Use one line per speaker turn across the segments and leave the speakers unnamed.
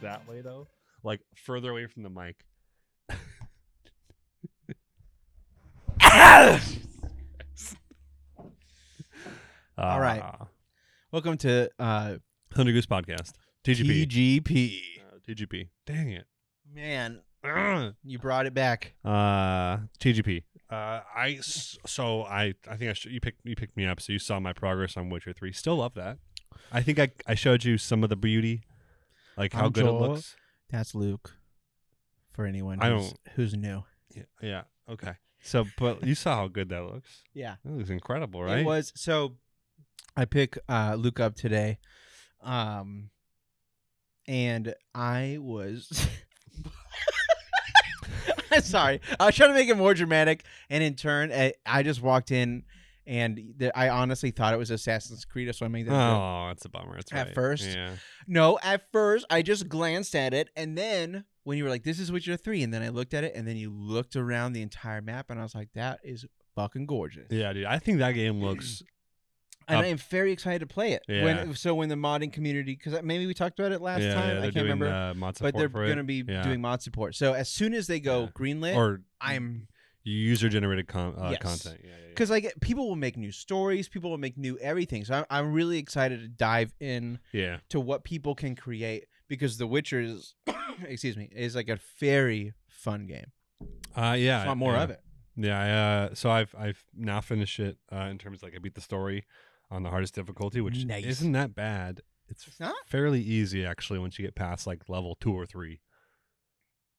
that way though, like further away from the mic.
All right.
Ah.
Welcome to uh,
Hunter Goose Podcast. TGP.
TGP.
Uh, TGP. Dang it.
Man,
Ugh.
you brought it back.
Uh, TGP. Uh, I s- so I I think I sh- you picked you picked me up, so you saw my progress on Witcher Three. Still love that. I think I I showed you some of the beauty, like how
I'm
good
Joel.
it looks.
That's Luke. For anyone
I
who's, who's new.
Yeah, yeah. Okay. So, but you saw how good that looks.
Yeah.
That looks incredible, right?
It was so I pick uh Luke up today. Um and I was I'm sorry. I was trying to make it more dramatic and in turn I, I just walked in and the, I honestly thought it was Assassin's Creed so I made that joke.
Oh, that's a bummer. That's
At
right.
first.
Yeah.
No, at first I just glanced at it, and then when you were like, "This is Witcher 3, and then I looked at it, and then you looked around the entire map, and I was like, "That is fucking gorgeous."
Yeah, dude. I think that game looks.
And
Up-
I am very excited to play it.
Yeah.
When so when the modding community, because maybe we talked about it last
yeah, yeah,
time,
they're
I can't
doing,
remember,
Uh, mod
but they're
support for it.
going to be
Yeah.
doing mod support. So as soon as they go
Yeah.
greenlit,
or
I'm
user generated con- uh,
Yes.
content. Yeah, yeah, yeah.
because like people will make new stories, people will make new everything. So I'm I'm really excited to dive in.
Yeah.
to what people can create because The Witcher is, excuse me, is like a very fun game.
Uh, yeah.
I want more
yeah.
of it.
Yeah, I, uh, so I've I've now finished it uh, in terms like I beat the story on the hardest difficulty, which
Nice.
isn't that bad. It's,
It's not?
fairly easy actually once you get past like level two or three.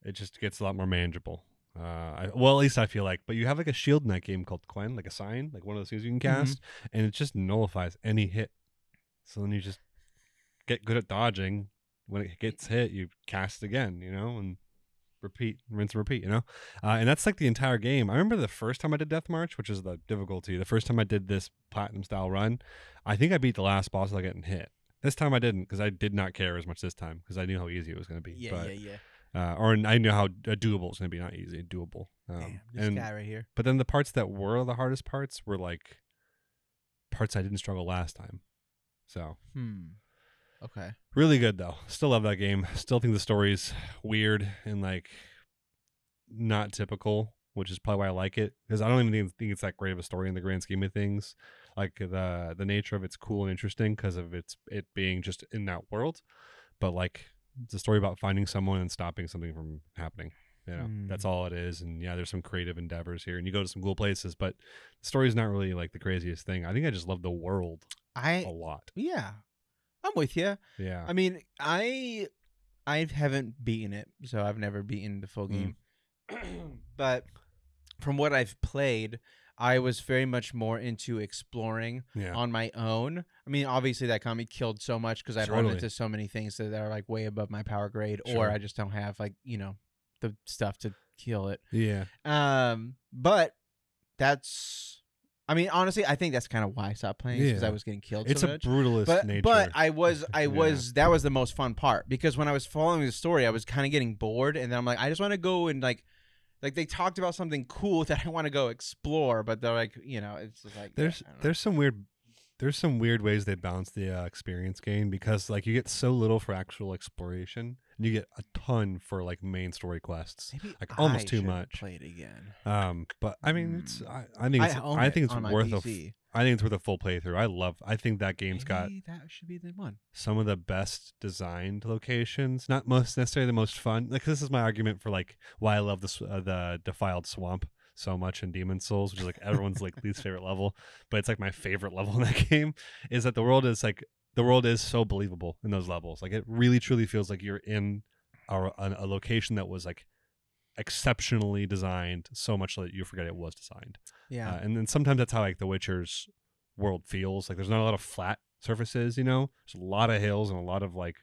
It just gets a lot more manageable. Uh, I, well, at least I feel like. But you have like a shield in that game called Quen, like a sign, like one of those things you can cast, and it just nullifies any hit. So then you just get good at dodging. When it gets hit, you cast again, you know, and repeat, rinse and repeat, you know? Uh, and that's like the entire game. I remember the first time I did Death March, which is the difficulty, the first time I did this platinum style run, I think I beat the last boss without getting hit. This time I didn't because I did not care as much this time because I knew how easy it was going to be.
Yeah,
but,
yeah, yeah.
Uh, or I knew how uh, doable it's going to be, not easy, doable. Um,
Damn, this
and
guy right here.
but then the parts that were the hardest parts were like parts I didn't struggle last time. So
Hmm. Okay.
really good though. Still love that game. Still think the story's weird and like not typical, which is probably why I like it because I don't even think- think it's that great of a story in the grand scheme of things. Like the the nature of it's cool and interesting because of its it being just in that world, but like it's a story about finding someone and stopping something from happening. You know,
Mm.
that's all it is. And yeah, there's some creative endeavors here, and you go to some cool places, but the story's not really like the craziest thing. I think I just love the world a
I
lot.
yeah, I'm with you.
Oh. Yeah,
I mean, I I haven't beaten it, so I've never beaten the full
Mm.
game. but from what I've played, I was very much more into exploring
yeah,
on my own. I mean, obviously that got me killed so much because I'd run
Totally.
into so many things that are like way above my power grade,
Sure.
or I just don't have like you know the stuff to kill it.
yeah.
Um, but that's. I mean, honestly, I think that's kind of why I stopped playing because
Yeah.
I was getting killed.
it's
so
a
much.
brutalist
But
nature.
but I was I
Yeah.
was that was the most fun part because when I was following the story, I was kind of getting bored, and then I'm like, I just want to go and like. Like they talked about something cool that I want to go explore, but they're like, you know, it's just like
there's
I don't know.
there's some weird there's some weird ways they balance the uh, experience gain because like you get so little for actual exploration and you get a ton for like main story quests.
Maybe
like, almost
I
too
should
much.
Play it again.
Um, but I mean, it's I, I think it's, I,
Mm. own it
think it's
on my
worth a f-
PC.
I think it's worth a full playthrough. I love I think that game's got
Maybe that should be the one.
some of the best designed locations. Not most necessarily the most fun. Like this is my argument for like why I love the s- uh, the defiled swamp so much in Demon Souls, which is like everyone's like least favorite level, but it's like my favorite level in that game. Is that the world is like the world is so believable in those levels. Like it really truly feels like you're in a, a, a location that was like exceptionally designed so much so that you forget it was designed.
Yeah.
Uh, and then sometimes that's how like The Witcher's world feels. Like there's not a lot of flat surfaces, you know. There's a lot of hills and a lot of like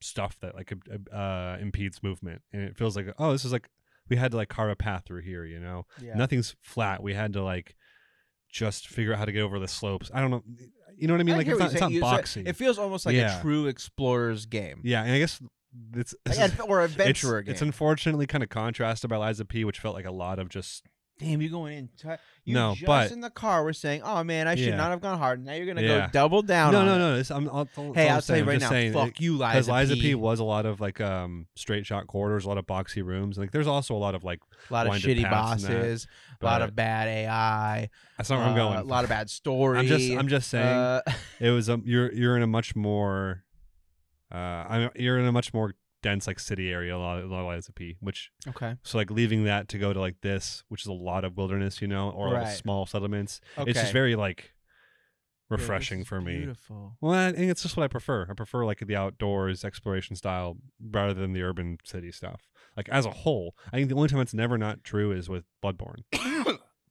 stuff that like ab- ab- uh, impedes movement, and it feels like oh, this is like we had to like carve a path through here, you know.
yeah.
Nothing's flat. We had to like just figure out how to get over the slopes. I don't know. You know what I mean? like it's not, it's not boxing.
it feels almost like
Yeah.
a true explorer's game.
yeah, and I guess it's.
Like, ad- or
it's,
adventurer game.
it's unfortunately kind of contrasted by Liza P, which felt like a lot of just
damn, you're going in. T- you
No,
just
but-
in the car were saying, oh man, I should
Yeah.
not have gone hard. Now you're gonna
Yeah.
go double down.
No,
on
no,
it.
no. This, I'm, I'll, that's all
Hey,
I'm
I'll tell
saying.
you
I'm
right
just
now,
saying,
fuck you,
Because
Liza,
Liza
P.
P. was a lot of like um straight shot quarters, a lot of boxy rooms. Like there's also a lot of like
a lot of
winded
shitty
paths and that,
bosses, a lot of bad AI,
that's not where I'm
uh,
going.
a lot of bad stories.
I'm just I'm just saying
Uh,
it was um you're you're in a much more uh I'm, you're in a much more dense like city area a lot, a lot of Liza P. Which
okay,
so like leaving that to go to like this, which is a lot of wilderness, you know, or like,
Right.
small settlements.
okay.
It's just very like
Yeah, this
refreshing
is
for me.
Beautiful.
Well, I think it's just what I prefer. I prefer like the outdoors exploration style rather than the urban city stuff. Like as a whole, I think the only time it's never not true is with Bloodborne.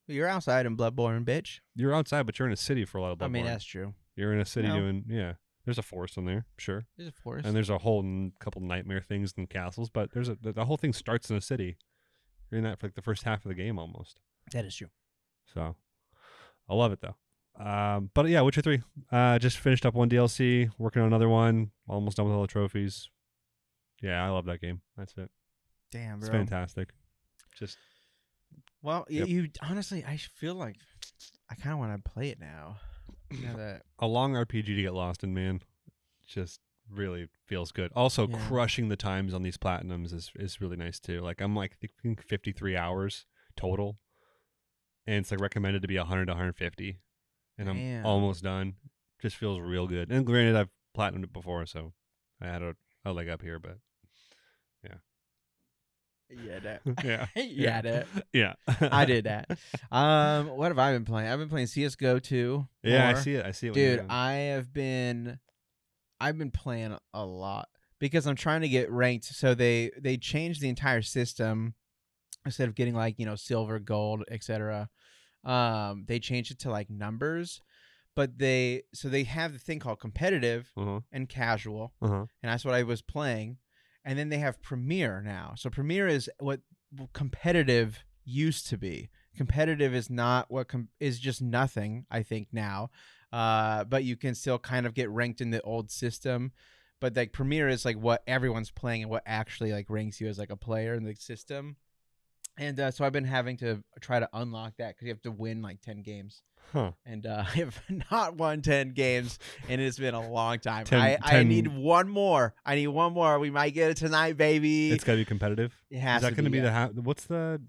You're outside in Bloodborne, bitch.
You're outside, but you're in a city for a lot of Bloodborne.
I mean, that's true.
you're in a city
No.
doing yeah. There's a forest in there, sure,
There's a forest.
and there's a whole n- couple nightmare things and castles, but there's a the, the whole thing starts in a city. You're in that for like the first half of the game almost.
that is true.
So I love it though. Um, but yeah, Witcher three. Uh, just finished up one DLC, working on another one. Almost done with all the trophies. Yeah, I love that game. That's it.
Damn,
It's
bro.
fantastic. Just
Well, y
Yep.
you honestly, I sh- feel like I kind of want to play it now. now that
a long RPG to get lost in, man. Just really feels good. Also,
Yeah.
crushing the times on these platinums is is really nice too. Like I'm like I think 53 hours total, and it's like recommended to be 100 to 150, and
Damn.
I'm almost done. Just feels real good. And granted, I've platinumed it before, so I had a, a leg up here, but
yeah, that
yeah,
yeah, that
yeah.
I did that. Um, what have I been playing? I've been playing CS:GO too.
Yeah, I
more.
see it. I see it, when you're
dude.
doing it.
I have been, I've been playing a lot because I'm trying to get ranked. So they they changed the entire system. Instead of getting like you know silver, gold, etc., um, they changed it to like numbers. But they so they have the thing called competitive
Uh-huh.
and casual,
Uh-huh.
and that's what I was playing. And then they have Premiere now. So Premiere is what competitive used to be. Competitive is not what com- is just nothing. I think now, uh, but you can still kind of get ranked in the old system. But like Premiere is like what everyone's playing and what actually like ranks you as like a player in the system. And uh, so I've been having to try to unlock that because you have to win like ten games,
Huh.
and uh, I have not won ten games and it's been a long time.
Ten-
I, I
ten-
need one more. I need one more. We might get it tonight, baby.
It's got to be competitive.
it has
is that
to uh,
going to be
yeah.
the ha- what's the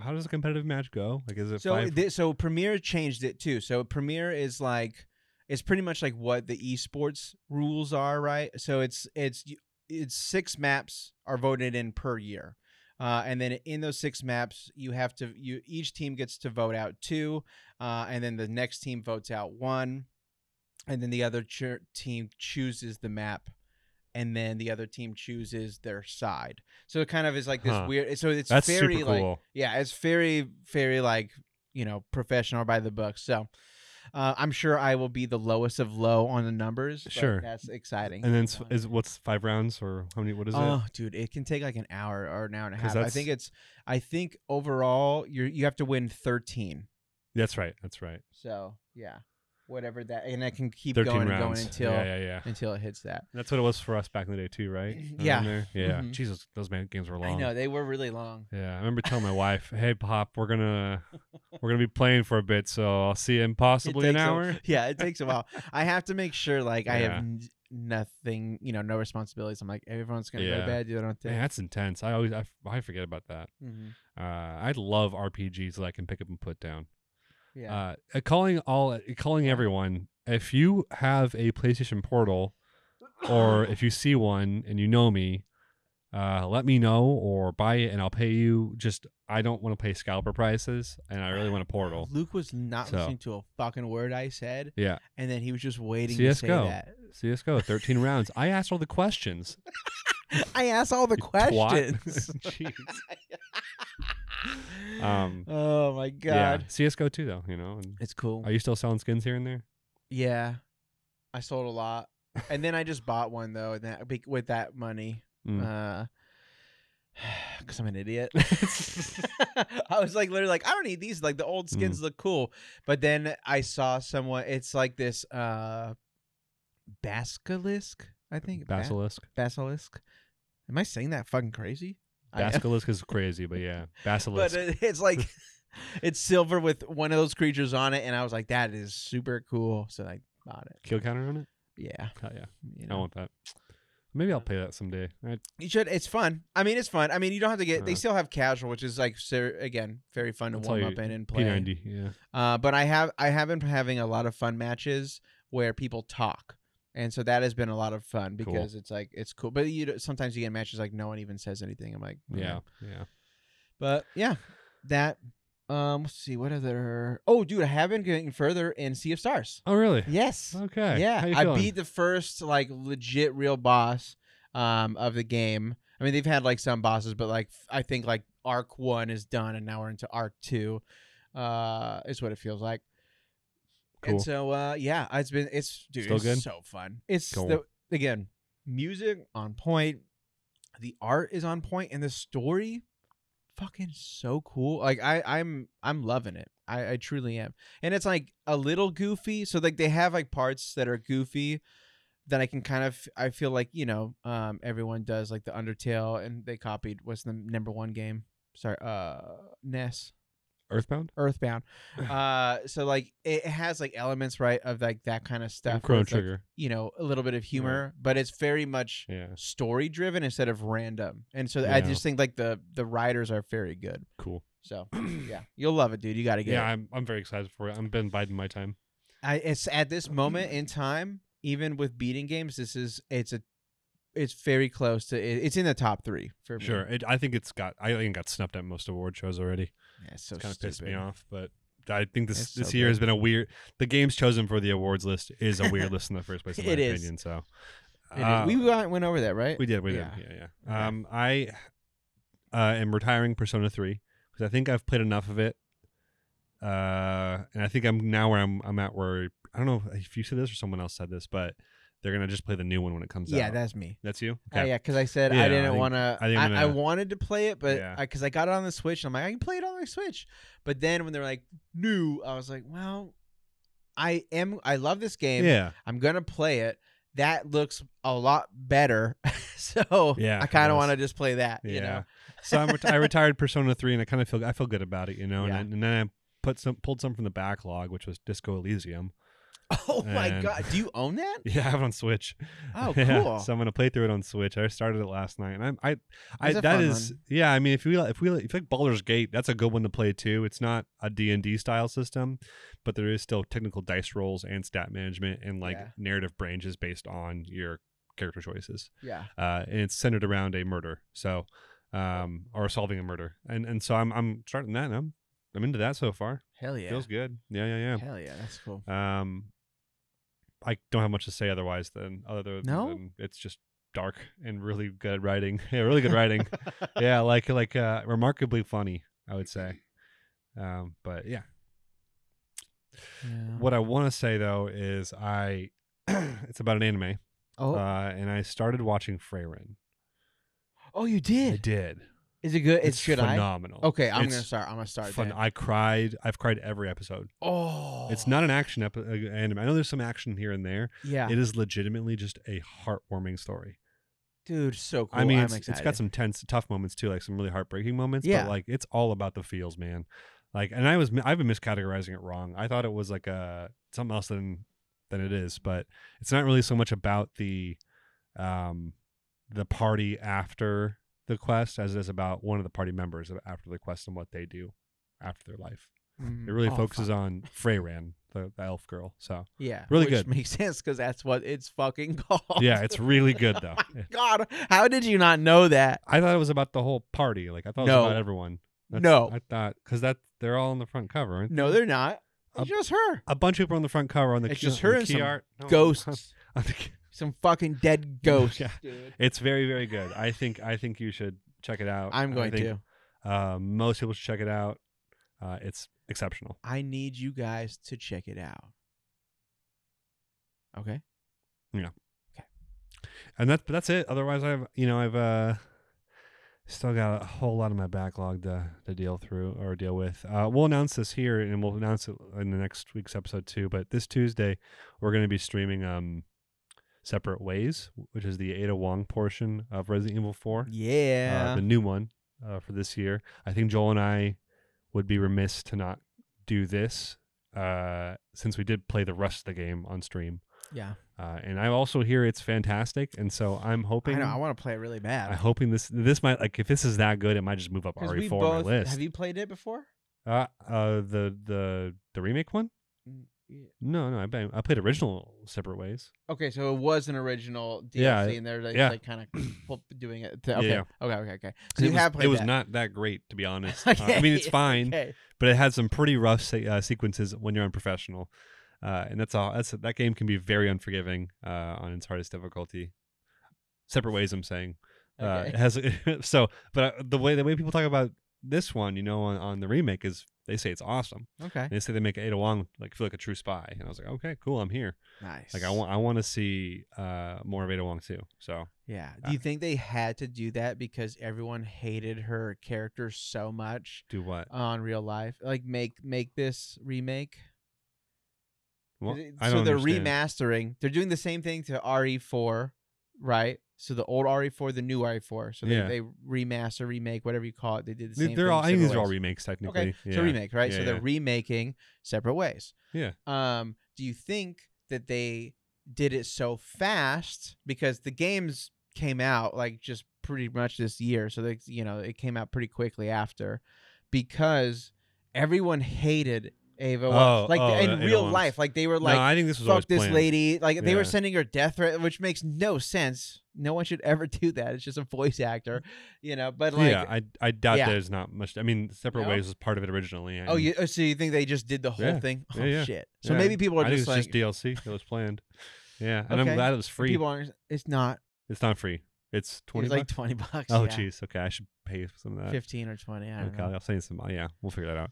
how does a competitive match go? Like, is it
so
five?
thi- so Premiere changed it too. So Premiere is like it's pretty much like what the esports rules are, right? So it's it's it's six maps are voted in per year. Uh, and then in those six maps, you have to you each team gets to vote out two, uh, and then the next team votes out one, and then the other choo- team chooses the map, and then the other team chooses their side. So it kind of is like this
Huh.
weird. So it's
That's super
very
cool.
like yeah, it's very, very like you know professional by the book. So uh, I'm sure I will be the lowest of low on the numbers. but
Sure.
that's exciting.
and then s-
Fun.
is what's five rounds or how many? What is
oh, dude, it can take like an hour or an hour and a
'Cause
half. I think it's. I think overall, you you have to win 13.
it? That's right. That's right.
So yeah, whatever that, and I can keep
Thirteen
going and going
rounds.
until
yeah, yeah, yeah.
until it hits that.
That's what it was for us back in the day too, right? Around
Yeah.
there? Yeah.
Mhm.
Jesus, those man- games were long.
I know they were really long.
Yeah, I remember telling my wife, "Hey, Pop, we're gonna we're gonna be playing for a bit, so I'll see you in
It
possibly an
takes a-
hour."
yeah, it takes a while. I have to make sure like I have
Yeah.
n- nothing, you know, no responsibilities. I'm like everyone's gonna go
Yeah.
to bed, do their own
Man,
thing.
that's intense. I always I, f- I forget about that.
hmm
Uh, I love RPGs that I can pick up and put down.
Yeah,
Uh, uh, calling all uh, calling everyone. If you have a PlayStation Portal, Uh, or if you see one and you know me, uh, let me know or buy it and I'll pay you. Just I don't want to pay scalper prices and I really want a Portal.
Luke was not
So.
listening to a fucking word I said.
Yeah.
and then he was just waiting to say
CS:GO.
that.
CS:GO, thirteen rounds. I asked all the questions.
I asked all the
you twat.
questions.
Jeez. Um,
oh my
Yeah,
god,
CS:GO too, though. You know. And
it's cool.
are you still selling skins here and there?
yeah, I sold a lot, and then I just bought one though, and that be- with that money.
Mm.
because I'm an idiot. I was like literally like I don't need these. Like the
Mm.
old skins look cool, but then I saw someone. It's like this uh basilisk. I think Ba-
Basilisk.
basilisk. Am I saying that fucking crazy? I am.
Basilisk is crazy, but yeah, basilisk.
But it, it's like it's silver with one of those creatures on it, and I was like, that is super cool. So I bought it.
Kill counter on it?
Yeah,
Oh, yeah. I
you know,
want that. Maybe I'll pay that someday. I,
you should. It's fun. I mean, it's fun. I mean, you don't have to get. They
Uh.
still have casual, which is like ser- again very fun to
That's
warm
how
up
you-
in and play.
P90, yeah.
Uh, but I have I have been having a lot of fun matches where people talk, and so that has been a lot of fun
Cool.
because it's like it's cool. But you d- sometimes you get matches like no one even says anything. I'm like okay.
Yeah. Yeah.
but yeah, that um let's see what other oh dude I have been getting further in Sea of Stars.
Oh, really?
Yes,
Okay.
yeah,
How you
I
feeling?
beat the first like legit real boss um of the game. I mean they've had like some bosses, but like I think like arc one is done and now we're into arc two. Uh, is what it feels like.
Cool.
And so uh yeah, it's been it's dude,
Still
it's
good?
so fun. It's
Cool.
the, again, music on point, the art is on point, and the story fucking so cool. Like I I'm I'm loving it. I, I truly am. And it's like a little goofy. So like they have like parts that are goofy that I can kind of I feel like, you know, um everyone does like the Undertale and they copied what's the number one game? Sorry, uh NES.
Earthbound?
Earthbound. Uh, so like it has like elements right of like that kind of stuff. where
Chrono
it's, like,
Trigger.
you know, a little bit of humor, but it's very much
yeah.
story driven instead of random. And so I
Yeah.
just think like the the writers are very good.
Cool.
So yeah, you'll love it, dude. You got to get
Yeah,
it.
I'm, I'm very excited for it. I've been biding my time.
I, it's at this moment in time, even with beating games, this is it's a it's very close to it, it's in the top three for me.
Sure. It, I think it's got I think it got snubbed at most award shows already.
Yeah, it's so
kind of pissed me
stupid.
off, but I think this
It's
this
so
year
good.
has been a weird. The games chosen for the awards list is a weird list in the first place, in my
It is.
opinion. So
It is-
uh,
we got- went over that, right?
we did, we did,
Eh, yeah.
yeah, yeah.
Okay.
Um, I uh, am retiring Persona Three because I think I've played enough of it. Uh, and I think I'm now where I'm I'm at where I don't know if you said this or someone else said this, but they're gonna just play the new one when it comes out.
yeah, that's me.
that's you.
Oh yeah, because I said
Yeah,
I
I
didn't
think-
want to. I,
I think I'm
I,
gonna-
wanted to play it, but
Yeah.
because I, got it on the Switch, and I'm like, I can play it on the Switch. But then when they're like new, I was like, well, I am. I love this game.
yeah.
I'm gonna play it. That looks a lot better. so
Yeah,
I
it
kind of
does.
want to just play that. You know,
so I'm ret- I retired Persona Three, and I kind of feel I feel good about it, you know.
Yeah.
And, then- and then I put some pulled some from the backlog, which was Disco Elysium.
oh my
And-
god, do you own that?
Yeah, I have it on Switch.
Oh,
Yeah,
cool.
so I'm gonna play through it on Switch. I started it last night, and I'm I, I
That's a
that
fun
is
one.
yeah. I mean, if we li- if we li- if you like Baldur's Gate, that's a good one to play too. It's not a D and D style system, but there is still technical dice rolls and stat management and like
Yeah.
narrative branches based on your character choices.
yeah,
uh, and it's centered around a murder. So, um, or solving a murder, and and so I'm I'm starting that. And I'm I'm into that so far.
hell yeah,
Feels good. Yeah, yeah,
hell yeah, that's cool.
yeah. Um, I don't have much to say otherwise than other
No?
than it's just dark and really good writing. Yeah, really good writing. yeah, like like uh, remarkably funny, I would say. Um, but yeah,
Yeah. Oh.
what I want to say though is I, it's about an anime,
Oh,
uh, and I started watching Freyrin.
oh, you
I
did.
did.
Is it good? It's, should I? Oh,
phenomenal.
Okay, I'm
It's
gonna start. I'm gonna start.
fun.
then.
I cried. I've cried every episode.
oh,
It's not an action epi- uh, anime. I know there's some action here and there.
Yeah.
It is legitimately just a heartwarming story.
Dude, so cool.
I mean,
I'm
it's, it's got
excited.
some tense, tough moments too, like some really heartbreaking moments.
Yeah.
But like, it's all about the feels, man. Like, and I was mi- I've been miscategorizing it wrong. I thought it was like a something else than than it is, but it's not really so much about the um the party after the quest as it is about one of the party members after the quest and what they do after their life.
Mm.
It really
Oh,
focuses
fuck.
on Freyran, the, the elf girl. So
yeah,
really
which
good.
Makes sense because that's what it's fucking called.
yeah, it's really good though.
God, how did you not know that?
I thought it was about the whole party. Like I thought it
No.
was about everyone.
No.
I thought because that they're all on the front cover. Aren't they?
No, they're not. It's
Uh,
just her.
A bunch of people on the front cover on the
It's
key,
just
on
her
the
and
key
some
art. No, on
Ghosts.
the key-
Some fucking dead ghosts.
Yeah.
dude.
It's very very good. I think I think you should check it out.
I'm
I
going
think,
to.
Uh, most people should check it out. Uh, it's exceptional.
I need you guys to check it out. Okay.
and that, but that's it. Otherwise, I've you know I've uh, still got a whole lot of my backlog to, to deal through or deal with. Uh, we'll announce this here, and we'll announce it in the next week's episode too. But this Tuesday, we're going to be streaming um, "Separate Ways," which is the Ada Wong portion of Resident Evil Four,
Yeah.
uh, the new one uh, for this year. I think Joel and I would be remiss to not do this uh, since we did play the rest of the game on stream.
Yeah,
Uh, and I also hear it's fantastic, and so I'm hoping.
I know. I want to play it really bad.
I'm hoping this this might like if this is that good, it might just move up
'Cause we
RE4 on my
both
list.
have you played it before?
Uh, uh, the the the remake one?
Mm, yeah.
No, no, I bet- I played original separate ways.
Okay, so it was an original DLC,
Yeah,
and they're like,
yeah.
kind of doing it. To,
Yeah,
okay,
yeah.
okay, okay, okay. So you
it was,
have played
it was
that.
not that great to be honest. Uh, I mean, it's
Okay.
fine,
Okay.
but it had some pretty rough se- uh, sequences when you're on professional, uh, and that's all. That's that game can be very unforgiving uh, on its hardest difficulty. Separate ways, I'm saying. Uh,
Okay.
it has so, but uh, the way the way people talk about this one, you know, on, on the remake is they say it's awesome.
okay.
And they say they make Ada Wong like feel like a true spy, and I was like, okay, cool, I'm here.
Nice.
Like I want I want to see uh, more of Ada Wong too. So
Yeah.
Uh,
Do you think they had to do that because everyone hated her character so much
do what?
on real life? Like make make this remake. 'Cause
Well,
it-
I
so
don't
they're
understand.
remastering. They're doing the same thing to RE4, right? So the old RE4, the new RE4. So they,
Yeah.
they remaster, remake, whatever you call it. They did the
They-
same.
They're
thing
all. I think these
several
are all
ways.
remakes technically.
Okay,
Yeah.
so remake, right? so
Yeah,
they're
yeah.
remaking separate ways.
Yeah.
Um, do you think that they did it so fast because the games came out like just pretty much this year, so they you know it came out pretty quickly after because everyone hated Ava. Wong.
Oh,
like
oh,
in
the Ava
real
Wongs.
life, like they were like.
no, I think this was always
Fuck this
planned.
lady! Like they were
Yeah.
sending her death threat, which makes no sense. No one should ever do that. It's just a voice actor, you know. But like,
yeah, I I doubt
Yeah.
there's not much. I mean, separate
No?
ways was part of it originally.
Oh,
and-
you oh, so you think they just did the whole
Yeah,
thing? Oh
yeah, yeah,
shit! So
yeah.
maybe people are
I think
just
it's
like
just DLC. It was planned. Yeah, and
Okay.
I'm glad it was free.
people aren't. It's not.
It's not free. It's twenty.
it's like
bucks?
twenty bucks.
oh,
yeah.
jeez. Okay, I should pay for some of that.
fifteen or twenty. I don't
Okay,
know.
I'll send you some. uh, Yeah, we'll figure that out.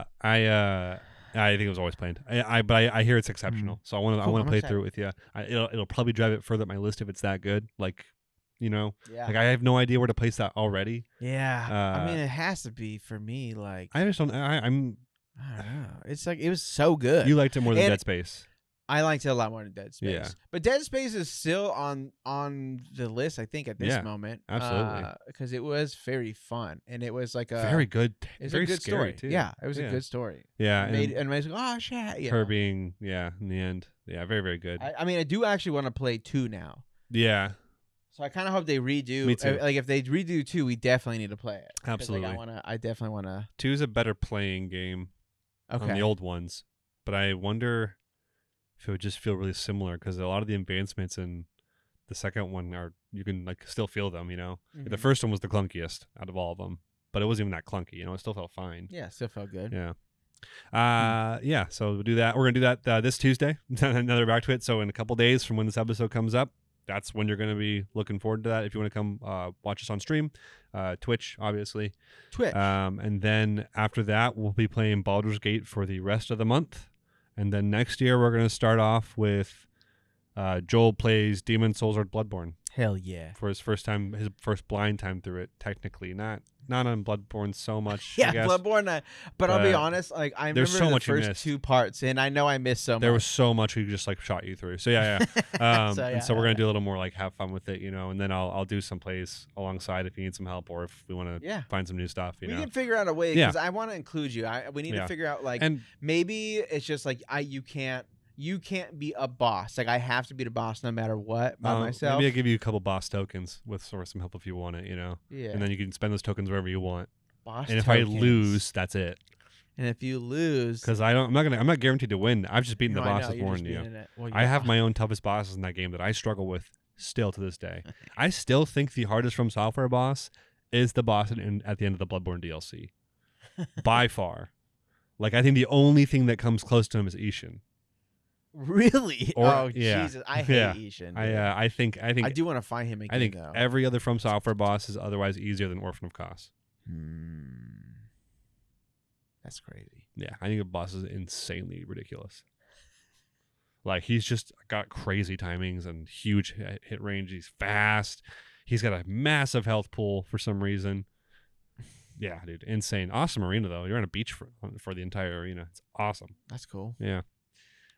Uh, I uh, I think it was always planned. I, I but I, I hear it's exceptional, so I want to I
Mm-hmm. Cool,
want
I'm
to play
excited.
through it with you. I, it'll it'll probably drive it further up my list if it's that good. Like, you know,
Yeah,
like I have no idea where to place that already.
yeah. I
uh,
mean, it has to be for me. Like I,
I just don't. I, I'm
don't know. It's like it was so good.
you liked it more than
And-
Dead Space.
I liked it a lot more than Dead Space.
Yeah.
But Dead Space is still on on the list. I think at this
Yeah,
moment,
absolutely.
because it was very fun and it was like a
very good. t-
uh, It's
very
a good
scary
story.
too.
Yeah, it was a
Yeah.
good story.
Yeah.
Made,
and
and I was like, oh shit. you know.
her being yeah in the end. Yeah. Very very good.
I, I mean, I do actually want to play two now.
yeah.
So I kind of hope they redo.
Me too.
uh, Like if they redo two, we definitely need to play it. 'Cause, like, I
Absolutely.
want to. I definitely want to.
Two's a better playing game on
Okay.
the old ones, but I wonder if it would just feel really similar because a lot of the advancements in the second one are you can like still feel them. You know, the
Mhm.
first one was the clunkiest out of all of them, but it wasn't even that clunky. You know, it still felt fine.
Yeah, still felt good.
Yeah. Uh yeah, so we'll do that. We're gonna do that uh, this Tuesday. Another back to it. So in a couple days from when this episode comes up, that's when you're gonna be looking forward to that. If you want to come uh, watch us on stream, uh, Twitch obviously.
Twitch.
Um, and then after that, we'll be playing Baldur's Gate for the rest of the month. And then next year, we're gonna start off with uh, Joel plays Demon Souls or Bloodborne
Hell yeah.
for his first time, his first blind time through it. Technically, not not on Bloodborne so much. I
Yeah,
guess.
Bloodborne. I, but, I'll be
But
honest. Like I remember
there's so
the
much you
first
missed.
two parts, and I know I missed so
there was
much.
so much we just like shot you through. So yeah, yeah. Um,
So, yeah,
and so we're
yeah,
gonna do a little more like have fun with it, you know. And then I'll I'll do some plays alongside if you need some help or if we want to
Yeah.
find some new stuff, you
we
know.
can figure out a way
Yeah.
because I want to include you. I, we need to
Yeah.
figure out like
and
maybe it's just like I you can't you can't be a boss. Like I have to be the boss no matter what by
uh,
myself.
maybe I give you a couple boss tokens with sort of some help if you want it, you know.
yeah.
And then you can spend those tokens wherever you want.
boss
and if I
tokens.
lose, that's it.
and if you lose,
Because I don't. I'm not gonna. I'm not guaranteed to win. I've just beaten
No,
the
I
boss
know,
with
you're
more
just
than you.
being in it. Well,
I
yeah.
have my own toughest bosses in that game that I struggle with still to this day. I still think the hardest from software boss is the boss in- in, at the end of the Bloodborne DLC. By far. Like I think the only thing that comes close to him is Ishin.
Really?
Or-
oh
yeah.
Jesus! I hate
Yeah.
Ishan.
I
dude.
uh, I think I think
I do want to find him again.
I think
though.
every other from software boss is otherwise easier than Orphan of Kos.
Hmm. That's crazy.
Yeah, I think the boss is insanely ridiculous. Like he's just got crazy timings and huge hit, hit range. He's fast. He's got a massive health pool for some reason. Yeah, dude, insane. Awesome arena though. You're on a beach for, for the entire arena. It's awesome.
That's cool.
Yeah.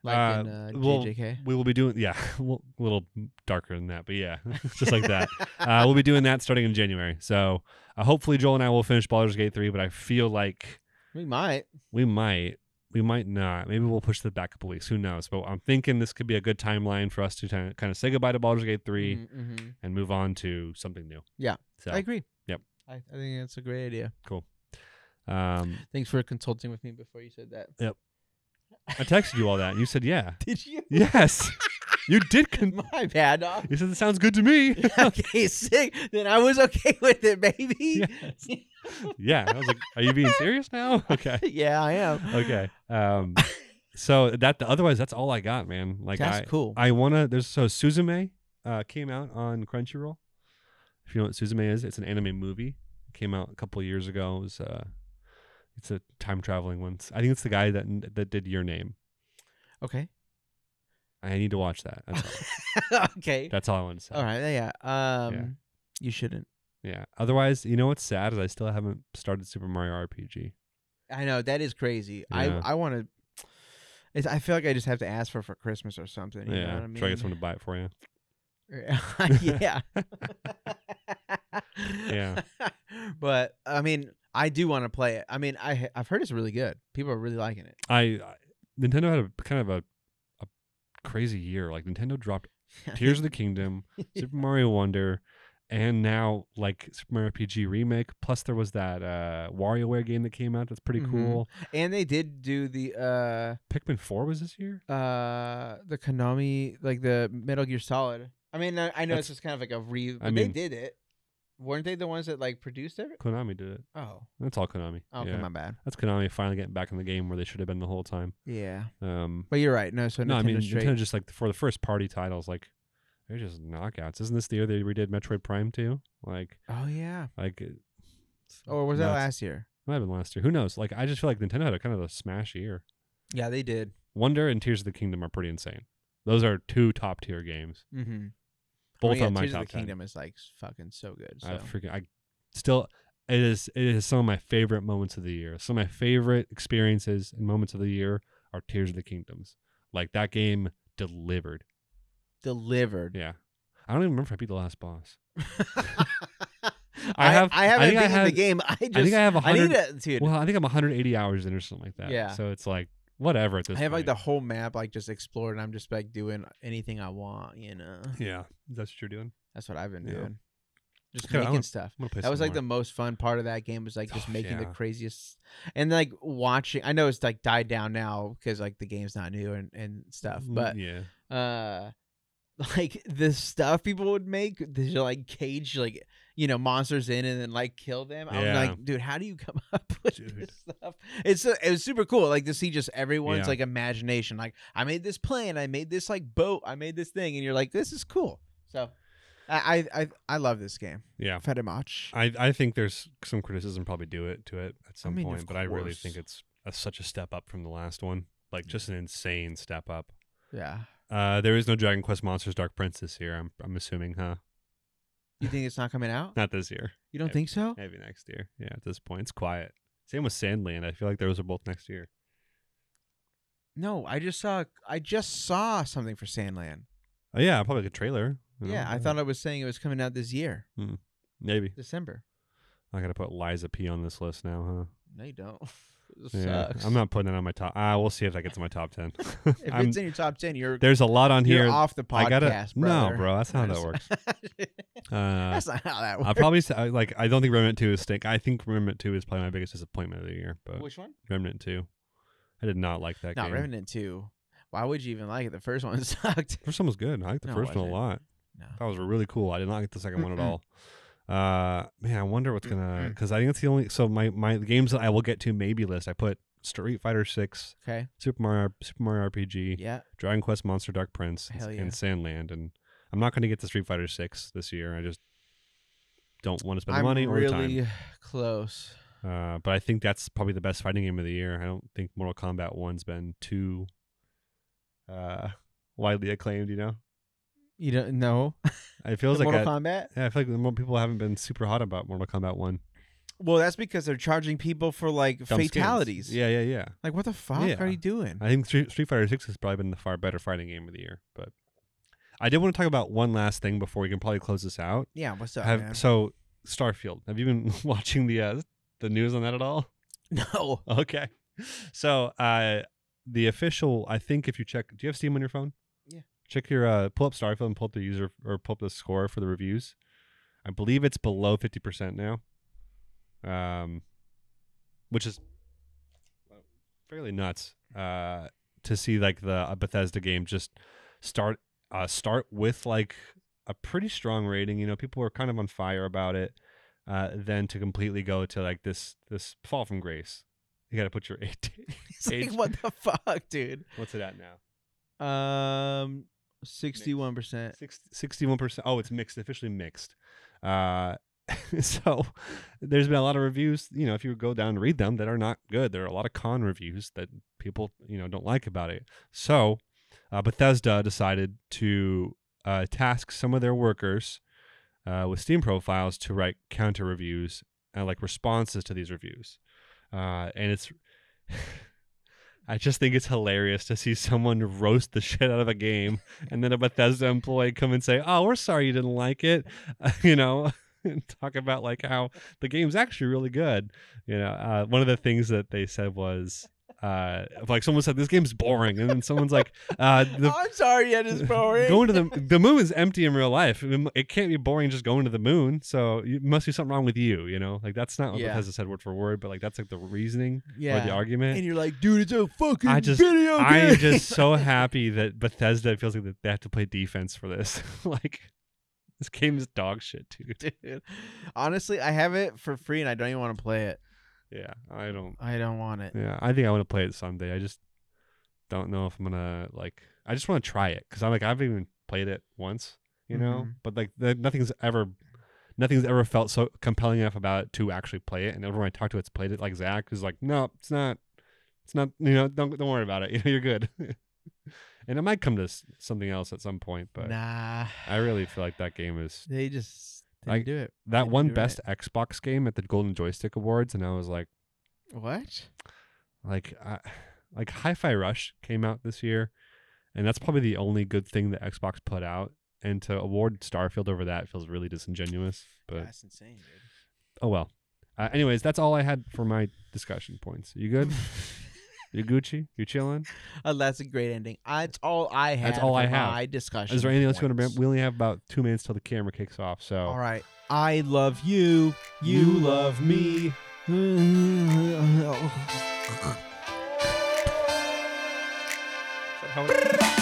Like
Uh,
in uh,
well,
JJK.
We will be doing yeah, a little darker than that, but yeah, just like that. uh, we'll be doing that starting in January. So uh, hopefully Joel and I will finish Baldur's Gate three, but I feel like
We might.
We might. We might not. Maybe we'll push it back a couple weeks. Who knows? But I'm thinking this could be a good timeline for us to ti- kind of say goodbye to Baldur's Gate 3
Mm, mhm.
and move on to something new.
Yeah.
So,
I agree.
Yep.
I, I think that's a great idea.
um,
Thanks for consulting with me before you said that.
I texted you all that. and You said, yeah.
Did you?
Yes. you did. Con-
My bad. dog.
you said, it sounds good to me.
okay, sick. Then I was okay with it, baby. Yeah,
yeah. I was like, are you being serious now? Okay.
I am.
Okay. Um, so that, otherwise, that's all I got, man. Like, I,
that's cool.
I wanna. There's so Suzume uh, came out on Crunchyroll. If you know what Suzume is, it's an anime movie. Came out a couple years ago. It was uh, it's a time traveling one. I think it's the guy that that did Your Name.
okay.
I need to watch that. That's all,
okay.
that's all I want to say.
All right. Yeah. Um, you shouldn't.
Yeah. Otherwise, you know what's sad is I still haven't started Super Mario RPG.
I know that is crazy.
Yeah.
I I want to. It's, I feel like I just have to ask for it for Christmas or something. You know
yeah.
what I mean?
Try to get someone to buy it for you.
yeah.
Yeah.
But I mean, I do want to play it. I mean, I I've heard it's really good. People are really liking it.
I, I Nintendo had a kind of a, a crazy year. Like Nintendo dropped Tears of the Kingdom, Super Mario Wonder, and now like Super Mario RPG remake. Plus there was that uh WarioWare game that came out that's pretty
Mhm.
cool.
and they did do the
Pikmin four was this year?
uh uh the Konami like the Metal Gear Solid. I mean, I, I know
That's-
it's just kind of like a re. But
mean-
they did it. Weren't they the ones that like produced it?
Konami did it.
Oh,
That's all Konami.
okay,
yeah.
my bad.
That's Konami finally getting back in the game where they should have been the whole time.
Yeah,
Um
but you're right. No, so
No,
Nintendo
I mean
straight.
Nintendo just like for the first party titles, like they're just knockouts. Isn't this the year they redid Metroid Prime too? Like
Oh yeah.
like it- it's
Or Oh, was that
nuts.
last year?
might have been last year. Who knows? Like I just feel like Nintendo had a kind of a smash year.
Yeah, they did.
Wonder and Tears of the Kingdom are pretty insane. Those are two top tier games.
Mm-hmm.
Both
yeah,
on my
Tears
top
of the
ten.
Kingdom is like s- fucking so good. So.
I freaking I still it is it is some of my favorite moments of the year. Some of my favorite experiences and moments of the year are Tears of the Kingdoms. Like that game delivered.
Delivered.
Yeah. I don't even remember if I beat the last boss.
I
have-
I
I
haven't
think
been
I
in the
had-
game. I just
I think I have a
I need
hundred
it, dude.
Well, I think I'm 180 hours in or something like that.
Yeah.
So it's like whatever at this
I have like the
point.
whole map like just explored, and I'm just like doing anything I want. You know,
Yeah. That's what you're doing.
that's what I've been
Yeah.
doing. Just
Kinda, I
making
wanna-
stuff.
I'm gonna play
That was
some
like the
more.
most fun part of that game was like just
Oh,
making the
yeah.
craziest and like watching. I know it's like died down now because like the game's not new and and stuff,
Mm,
but
yeah.
uh like the stuff people would make they should, like cage like you know monsters in and then like kill them i'm
Yeah.
like dude how do you come up with
Dude.
this stuff it's so- it was super cool like to see just everyone's
Yeah.
like imagination like i made this plane i made this like boat i made this thing and you're like this is cool so i i i, I love this game
Yeah.
very much
I I think there's some criticism probably due it to it at some
mean, of
point, but I really
course.
think it's a, such a step up from the last one. Like just an insane step up.
yeah
Uh, there is no Dragon Quest Monsters Dark Prince this year. I'm I'm assuming, huh?
you think it's not coming out
Not this year.
you don't
I-
think so
Maybe next year. Yeah, at this point, it's quiet. Same with Sandland. I feel like those are both next year.
no i just saw i just saw something for sandland
Oh yeah, probably like a trailer. you know?
yeah i thought i was saying it was coming out this year
maybe
december
I gotta put Liza P on this list now,
No, you don't. It
huh? Yeah,
sucks.
I'm not putting it on my top. Ah, we'll see if that gets in my top ten.
If
I'm-
it's in your top ten, you're
there's a lot on
you're
here.
off the podcast,
I gotta
brother.
no, bro. That's not how that works. Uh,
That's not how that works.
I probably say, I- like I don't think Remnant Two is stink. I think Remnant Two is probably my biggest disappointment of the year. But
Which one?
Remnant Two, I did not like that
No,
game.
Revenant Two. Why would you even like it? The first one sucked.
First one was good. I liked the
No, it
first one a
wasn't.
lot.
No.
That was really cool. I did not like the 2nd one at
Mm-mm.
all. Uh, man, I wonder what's gonna
Mm-mm.
because I think it's the only. So my my the games that I will get to maybe list. I put Street Fighter Six,
Okay.
Super Mario Super Mario RPG,
Yeah.
Dragon Quest Monster Dark Prince,
Hell yeah.
and Sandland. And I'm not gonna get to Street Fighter Six this year. I just don't want to spend the
I'm
money or the time.
really close.
Uh, but I think that's probably the best fighting game of the year. I don't think Mortal Kombat One's been too uh, widely acclaimed. You know,
You don't know
it feels
The
like
Mortal
a,
Kombat.
yeah, I feel like the more people haven't been super hot about Mortal Kombat One.
Well, that's because they're charging people for like
Dumb skins.
fatalities.
Yeah, yeah, yeah.
Like what the fuck
Yeah.
are you doing?
I think Street, Street Fighter Six has probably been the far better fighting game of the year. But I did want to talk about one last thing before we can probably close this out.
yeah. What's up,
have
Oh, man?
so Starfield. Have you been watching the uh, the news on that at all?
No.
Okay. So uh the official I think if you check do you have Steam on your phone?
Yeah.
Check your uh pull up Starfield and pull up the user or pull up the score for the reviews. I believe it's below fifty percent now. Um which is fairly nuts. Uh to see like the a Bethesda game just start uh start with like a pretty strong rating. You know, people were kind of on fire about it. Uh, then to completely go to like this this fall from grace you got to put your eight.
It's like,
Age-
what the fuck, dude?
What's it at now?
Um, sixty-one percent.
Uh, Sixty-one percent. Oh, it's mixed. Officially mixed. Uh, so there's been a lot of reviews. You know, if you go down and read them, that are not good. There are a lot of con reviews that people you know don't like about it. So uh, Bethesda decided to uh, task some of their workers uh, with Steam profiles to write counter reviews and like responses to these reviews. Uh, and it's, I just think it's hilarious to see someone roast the shit out of a game and then a Bethesda employee come and say, "Oh, we're sorry you didn't like it," you know, and talk about like how the game's actually really good. You know, uh, one of the things that they said was. Uh, like someone said, this game's boring, and then someone's like, uh, the,
Oh, I'm sorry, that is boring.
going to the the moon is empty in real life. It m- It can't be boring just going to the moon. So you must be something wrong with you. You know, like that's not what
Yeah.
Bethesda said word for word, but like that's like the reasoning or the
yeah.
argument.
And you're like, dude, it's a fucking
I just-
video game.
I am just so happy that Bethesda feels like that they have to play defense for this. like this game is dog shit, dude.
dude. Honestly, I have it for free, and I don't even want to play it.
Yeah, I don't.
I don't want it.
Yeah, I think I want to play it someday. I just don't know if I'm gonna like. I just want to try it because I'm like I haven't even played it once, you know.
Mhm.
But like the, nothing's ever, nothing's ever felt so compelling enough about it to actually play it. And everyone I talk to, it's played it. Like Zach is like, no, it's not. It's not. You know, don't don't worry about it. You know, you're good. and it might come to s- something else at some point, but
nah,
I really feel like that game is
they just didn't
Like,
do it.
that
Didn't
one
do it.
best Xbox game at the Golden Joystick Awards, and I was like.
What?
like I, like Hi-Fi Rush came out this year, and that's probably the only good thing that Xbox put out. And to award Starfield over that feels really disingenuous. But
That's insane, dude.
oh well. Uh, anyways, that's all I had for my discussion points. You good? you Gucci? You chilling?
Uh, that's a great ending. That's all I had.
That's all
for
I have.
My discussion.
Is there anything else you want to
points.
remember? We only have about two minutes till the camera kicks off. So
All right. I love you. You love me.
Is that how it-